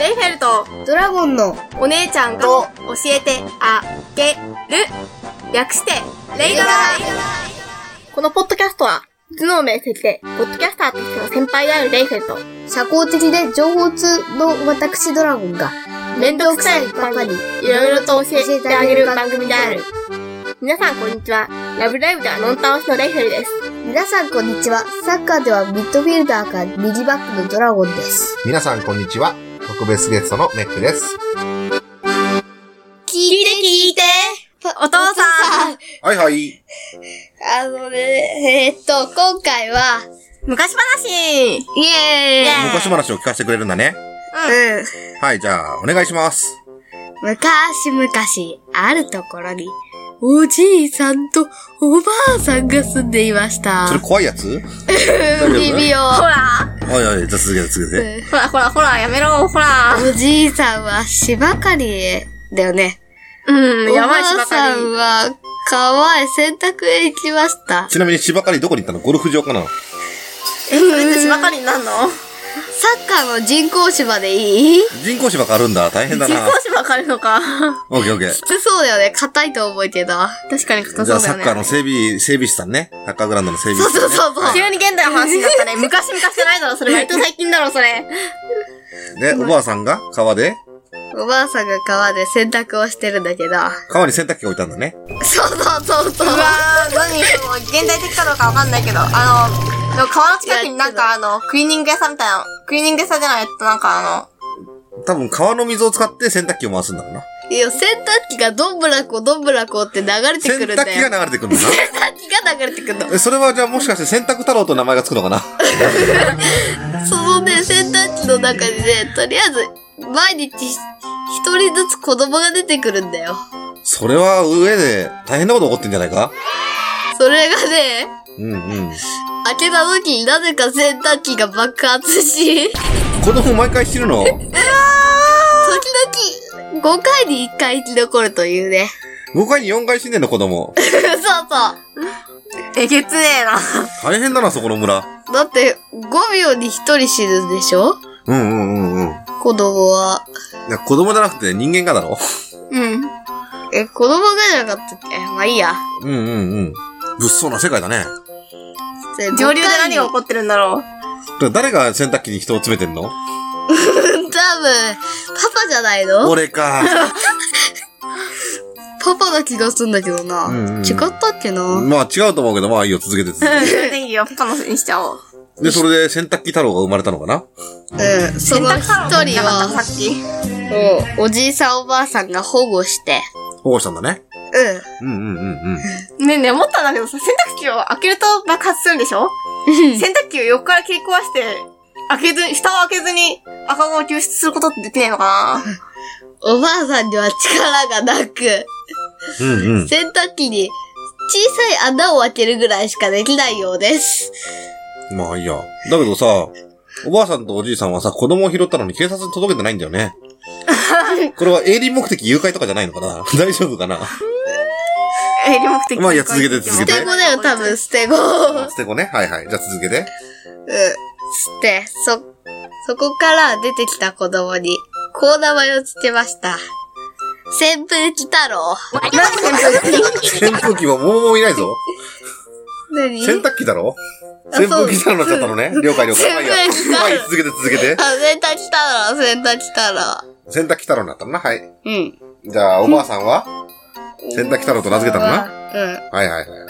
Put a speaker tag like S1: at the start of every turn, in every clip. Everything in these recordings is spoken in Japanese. S1: イフェルト
S2: ドラゴンの
S1: お姉ちゃんが
S2: と
S1: 教えてあげる略してレイドラこのポッドキャストは頭脳明晰でポッドキャスターとしての先輩であるレイフェルト
S2: 社交的で情報通の私ドラゴンが
S1: 面倒くさいパパにいろいろと教えてあげる番組である皆さんこんにちはラブライブではノン倒しのレイフェルです
S2: 皆さんこんにちはサッカーではミッドフィルダーか右バックのドラゴンです
S3: 皆さんこんにちは。特別ゲストのメックです。
S2: 聞いて聞いて
S1: お父さん
S3: はいはい。
S2: あのね、えーっと、今回は、
S1: 昔話
S2: イエ
S1: イエ
S2: ーイ
S3: 昔話を聞かせてくれるんだね。
S2: うん。
S3: はい、じゃあ、お願いします。
S2: 昔々、あるところに、おじいさんとおばあさんが住んでいました
S3: それ。怖いやつ
S2: うん微妙。
S1: ほら
S3: はいはい、じゃあ続けて続けて。
S1: ほらほらほらやめろほら
S2: おじいさんは芝刈りだよね。
S1: うんやばいしば
S2: おばあさ
S1: かり
S2: んは川へ洗濯へ行きました。
S3: ちなみに芝刈りどこに行ったのゴルフ場かなう
S1: え、それって芝刈りになんの
S2: サッカーの人工芝でいい
S3: ん人工芝刈るんだ。大変だ
S1: 人
S3: な
S1: 工。芝刈るのか。
S3: オッケーオッケー。
S2: 普通そうだよね。硬いと思うけど。
S1: 確かに硬
S3: じゃ
S1: そ
S3: あ
S1: うだよ
S3: サッカー
S1: ね。
S3: の整備、整備士さんね。サッカーグラウンドの整備士さん、ね。
S2: そうそうそうそう
S1: 急に現代の話になったね。昔昔じゃないだろ、それ。割と最近だろ、それ。
S3: で、おばあさんが川で、
S2: おばあさんが川で洗濯をしてるんだけど。
S3: 川に洗濯機が置いたんだね。
S2: そうそうそうそう
S1: う。わー、何もう現代的かどうかわかんないけど、あの、でも川の近くになんかあの、クリーニング屋さんみたいな、クリーニング屋さんじゃないとなんかあ
S3: 多分川の水を使って洗濯機を回すんだろうな。
S2: いや、洗濯機がどんぶらこどんぶらこって流れて
S3: 洗
S2: くるんだよ。
S3: 濯機が流れてくるんだ
S2: 洗濯機が流れてくるの。
S3: な。えそれはじゃあもしかして洗濯太郎と名前がつくのかな
S2: そのね、洗濯機の中にね、とりあえず、毎日ひ一人ずつ子供が出てくるんだよ。
S3: それは上で大変なこと起こってんじゃないか
S2: それがね、
S3: うんうん。
S2: 開けた時になぜか洗濯機が爆 発し、時
S3: 子供毎回してる の
S2: 々5回に1回生き残るというね。
S3: ?5 回に4回死んでんの子供。
S2: そうそう。
S1: の、えげつねえな。
S3: 大変だな、そこの村。
S2: だって、5秒に1人死ぬんでしょ
S3: うんうんうんうん。
S2: 子供は。
S3: いや子供じゃなくて人間がだろ
S1: うん。
S2: え、子供がじゃなかったっけまあいいや。
S3: うんうんうん。物騒な世界だね。
S1: 上流で何が起
S2: こ
S1: こってるんだろう。
S3: だから誰が洗濯機に人を詰めてんの
S2: る多分、パパじゃないの
S3: 俺 か。
S2: パパな気がするんだけどな。
S3: うんうん
S2: 違ったっけな、
S3: まあ違うと思うけど、まあいいよ、続けて続け
S1: ネギはパパのせいにしちゃおう。
S3: て。で、それで洗濯機太郎が生まれたのかな
S2: うん、そ
S1: 洗
S2: の
S1: 濯
S2: 一
S1: 太郎じ
S2: 人
S1: ゃなかった
S2: は、
S1: さっき。
S2: おおじいさんおばあさんが保護して、
S3: 保護したんだね。
S2: うん。
S3: うんうんうんうん。
S1: ねえねえ、思ったんだけどさ、洗濯機を開けると爆発するんでしょ 洗濯機を横から切り壊して、開けずに、蓋を開けずに赤子を救出することってできないのかな
S2: おばあさんには力がなく、
S3: うんうん。
S2: 洗濯機に小さい穴を開けるぐらいしかできないようです。
S3: まあいいや。だけどさ、おばあさんとおじいさんはさ、子供を拾ったのに警察に届けてないんだよね。 これは営利目的誘拐とかじゃないのかな 大丈夫かな
S1: 営利目的
S3: まあいいや続けて続
S2: 捨
S3: けて
S2: て子だよ、多 分。捨て子。うん。
S3: 捨て子ね。はいはい。じゃあ続けて。
S2: 捨て、そ、そこから出てきた子供に、こう名前をつけました。扇風機太郎。
S1: 何で扇風機
S3: 扇風機はもうもういないぞ。
S2: 何
S3: 洗濯機だろ
S2: あそう
S3: 扇風機だろになっちゃったのね。了解了解。まあいいや
S2: 扇風機だ
S3: はい、続けて続けて。
S2: あ、洗濯機太郎、洗濯機太郎。
S3: 洗濯機太郎になったのな。はい。
S2: うん。
S3: じゃあ、おばあさんは洗濯機太郎と名付けたの
S2: う
S3: な。はいはいはいはい。
S2: ん。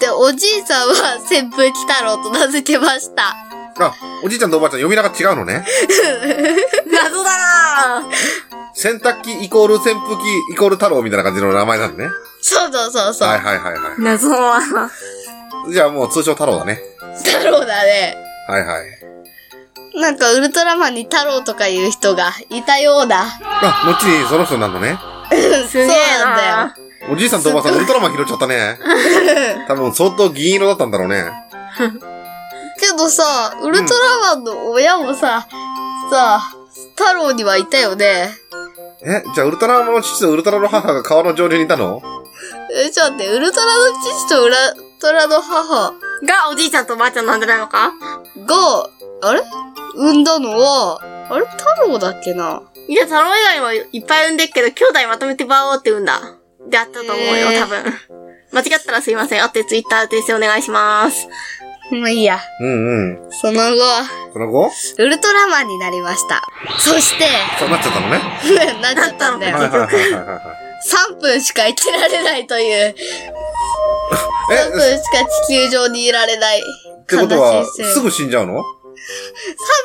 S2: で、おじいさんは扇風機太郎と名付けました。
S3: あ、おじいちゃんとおばあちゃん呼び名が違うのね。
S1: 謎だなぁ。
S3: 洗濯機イコール扇風機イコール太郎みたいな感じの名前なのね。
S2: そうそうそうそう。
S3: はいはいはいは
S1: 謎だなぁ。
S3: い。じゃあもう通称太郎だね。
S2: 太郎だね。
S3: はいはい。
S2: なんかウルトラマンに太郎とかいう人がいたよう な。
S3: あ、後にその人になるのね。
S2: そ
S1: す
S2: う
S1: げえ
S2: な
S1: なん
S2: だよ。
S3: おじいさんとおばあさんウルトラマン拾っちゃった ね。多分相当銀色だったんだろうね。
S2: けどさ、ウルトラマンの親もさ、さ、太郎にはいたよね。
S3: え、じゃあウルトラマンの父とウルトラの母が川の上流にいたの
S2: え、ちょっと待って、ウルトラの父とウルトラの母
S1: がおじいちゃんとおばあちゃんなんじゃないのか
S2: が、あれ産んだのは、あれ太郎だっけない
S1: や、太郎以外もいっぱい産んでっけど、兄弟まとめてバオって産んだ。であったと思うよ、
S2: へー
S1: 多分。間違ったらすいません。あってツイッター訂正お願いします。
S2: もういいや。
S3: うんうん。
S2: その後、
S3: その後
S2: ウルトラマンになりました。そして、
S3: そうなっちゃったのね。
S2: なっちゃったんだ
S3: はい
S2: よ。
S3: はいはいはいは
S2: 3分しか生きられないという、3分
S3: い。え、
S2: しか地球上にいられない。
S3: ってことは、す
S2: ぐ。
S3: ぐ死んじゃうの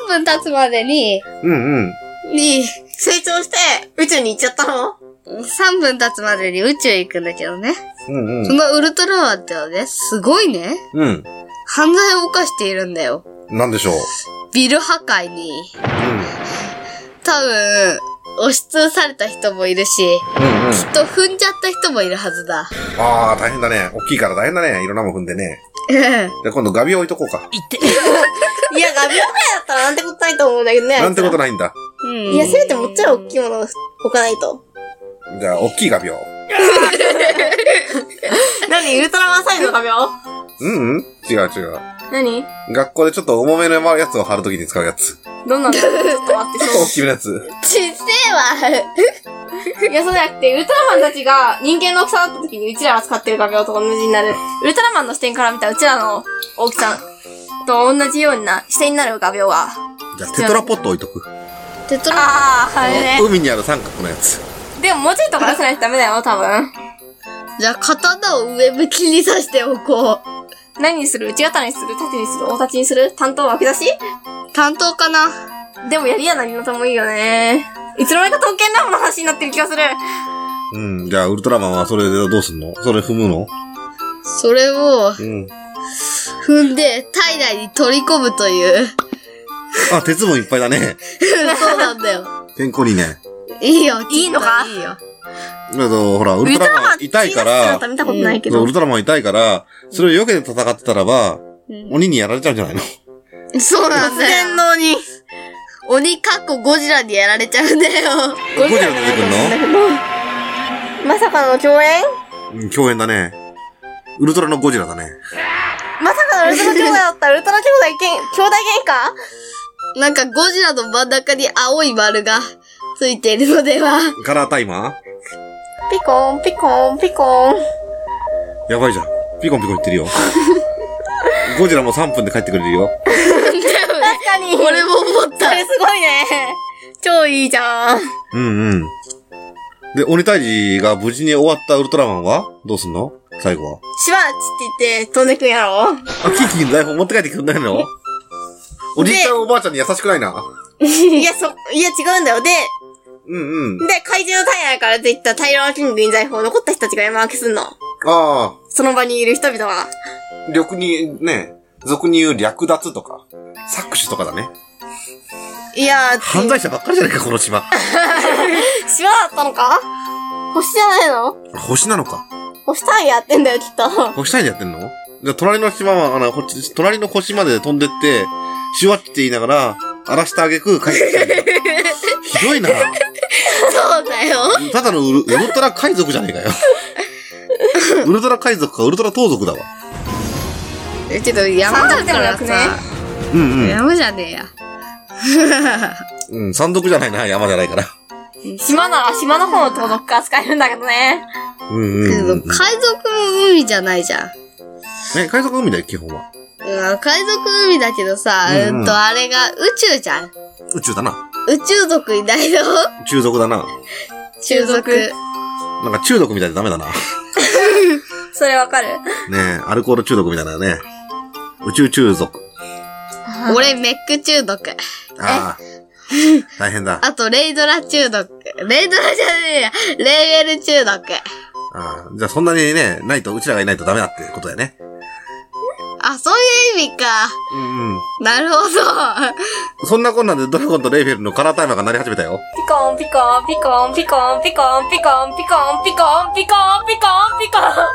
S2: 3分経つまでに、
S3: うんうん。
S2: に、
S1: 成長して、宇宙に行っちゃったの
S2: 3分経つまでに宇宙行くんだけどね。
S3: うん
S2: そのウルトラマンってのはね、すごいね。
S3: うん。
S2: 犯罪を犯しているんだよ。
S3: うん。なんでしょう。
S2: ビル破壊に、
S3: う
S2: 多分、押しつぶされた人もいるし、
S3: ん。うんうん。
S2: きっと踏んじゃった人もいるはずだ。
S3: ああ、大変だね。大きいから大変だね。いろんなもん踏んでね。
S2: うん
S3: じゃあ今度ガビを置いとこうか。
S1: いや、ガビオカだったらなんてことないと思うんだけどね。
S3: なんてこと
S1: な
S3: ないんだ。
S2: うん。
S1: いや、せめてもっちゃい大きいものを置かないと。
S3: じゃあ、大きいガビを。
S1: 何ウルトラマンサイズの画オ
S3: うんうん。違う違う。
S1: 何
S3: 学校でちょっと重めのやつを貼るときに使うやつ。
S1: どんなのちょっと待って、
S3: 大きめのやつ。
S2: ちっせえわ。
S1: いや、そうじゃなくて、ウルトラマンたちが人間の大きさだった時にうちらが使ってる画鋲と同じになる。ウルトラマンの視点から見たうちらの大きさと同じような視点になる画鋲は。
S3: じゃあ、テトラポット置いとく。
S2: テトラ、
S1: ああ、あれね。
S3: 海にある三角のやつ。
S1: でももうちょっと出せないとダメだよ、多分。
S2: じゃあ刀を上向きに刺しておこう。
S1: 何にする内型にする縦にする大立ちにする担当は分け出し
S2: 担当かな
S1: でもやりやなりのともいいよね。いつの間にか刀剣乱舞の話になってる気がする。
S3: うん。じゃあ、ウルトラマンはそれでどうすんのそれ踏むの
S2: それを
S3: うん。
S2: 踏んで体内に取り込むという。
S3: あ、鉄分いっぱいだね。
S2: そうなんだよ。
S3: 健康にね。
S2: いいよ。
S1: いいのか
S2: いいよ。
S3: だけど、ほら、ウルトラマン痛いか
S1: ウルトラマンって
S3: ら、
S1: 見たことないけ
S3: そう
S1: ど。
S3: ウルトラマン痛いから、それを避けて戦ってたらば、鬼にやられちゃうんじゃないの
S2: そうなんだよ。
S1: のに。
S2: 鬼かっこゴジラにやられちゃうんだよ。
S3: ゴジラ出てく
S1: まさかの共演
S3: るのうん、共演だね。ウルトラのゴジラだね。
S1: まさかのウルトラ兄弟だったウルトラ兄弟けん、兄弟喧嘩
S2: なんかゴジラの真ん中に青い丸がついているのでは。
S3: カラータイマー
S1: ピコン、ピコン、ピコン。
S3: やばいじゃん。ピコンピコン言 ってるよ。ゴジラも3分で帰ってくれるよ。
S1: 確かに。
S2: 俺も思っ
S1: そ
S2: た。
S1: れすごいね。超いいじゃん。
S3: うんうん。で、鬼退治が無事に終わったウルトラマンはどうすんの最後は。
S1: しばらちって言って飛んでくんや ろ
S3: あ、キーキーの台本持って帰ってくんないのおじいちゃんおばあちゃんに優しくないな。
S1: いや、そ、いや違うんだよ。で、
S3: うんうん。
S1: で、怪獣の体内から出てきた大量のキングに財宝残った人たちが山分けすんの。
S3: あ
S1: その場にいる人々は。
S3: あ、略に、ね、俗に言う略奪とか、搾取とかだね。
S1: いやー、
S3: 犯罪者ばっかりじゃないか、この島。
S1: しばだったのか星じゃないの
S3: 星なのか。
S1: 星単位やってんだよ、きっと。
S3: 星単位でやってんのじゃあ、隣の島は、あの、こっち、隣の星まで飛んでって、シュワッチって言いながら、荒らしてあげく帰ってきたんだ。ひどいな。
S2: そうだよ。
S3: ただのウルウルトラ海賊じゃねえかよ。ウルトラ海賊かウルトラ盗賊だわ。
S2: えちょっと山だから
S1: 三角じゃな
S2: さ。
S3: うんうん。
S2: 山じゃねえや。
S3: うん、山賊じゃないな、山じゃないから。
S1: 島なら島の方の盗賊が使えるんだけどね。
S3: うんう
S2: けど
S3: ん、うん。
S2: 海賊も海じゃないじゃん。
S3: え、海賊海だよ、基本は。
S2: うん、海賊海だけどさ、
S3: う
S2: うんん
S3: うん
S2: と、あれが宇宙じゃん。
S3: 宇宙だな。
S2: 宇宙族いないの
S3: 中族だな。
S2: 中族。
S3: なんか中毒みたいでダメだな。ね
S1: それわかる。
S3: え、アルコール中毒みたいだよね。宇宙中族。
S2: 俺、メック中毒。
S3: ああ。大変だ。あ
S2: あと、レイドラ中毒。レイドラじゃねえや。レーベル中毒。
S3: あ。じゃあそんなにね、ないと、うちらがいないとダメだってことだよね。
S2: あ、そういう意味か。
S3: うんうん。
S2: なるほど。
S3: そんなこんなんでドラゴンとレイフェルのカラータイマーが鳴り始めたよ。
S1: ピコン、ピコン、ピコン、ピコン、ピコン、ピコン、ピコン、ピコン、ピコン、ピコン、ピコン。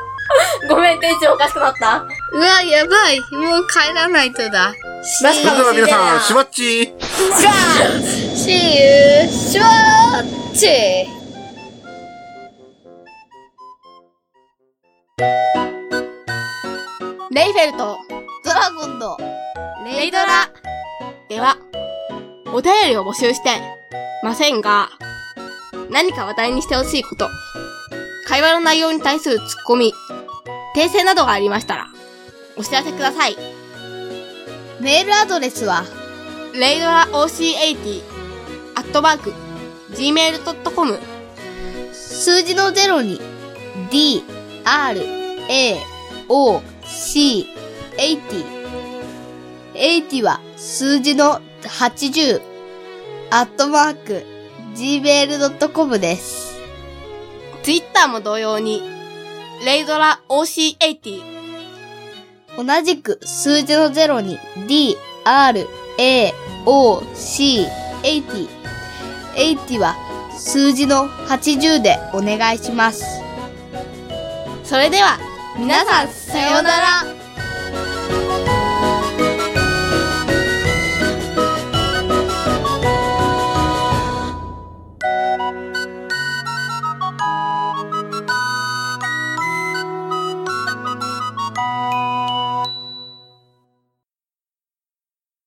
S1: ごめん、店長おかしくなった。
S2: うわ、やばい。もう帰らないとだ。
S1: マ
S3: そ
S1: ジ
S3: れで
S1: か
S3: は
S1: もしれね
S3: 皆
S1: え
S3: さ、
S1: なん
S3: しばっち
S1: じゃあ
S2: See you, シュワッチ
S1: レイフェルと
S2: ドラゴンの
S1: レイドラではお便りを募集してませんが、何か話題にしてほしいこと、会話の内容に対するツッコミ、訂正などがありましたら、お知らせください。
S2: メールアドレスは、
S1: レイドラ OC80、アットマーク、gmail.com、
S2: 数字の0に、d, r, a, o, c, 80。80は数字の80、アットマーク、gmail.com です。
S1: Twitter も同様に、レイドラ OC80、
S2: 同じく数字の0に、d, r, a, o, c, 80。80は数字の80でお願いします。
S1: それでは、
S2: 皆さん、さようなら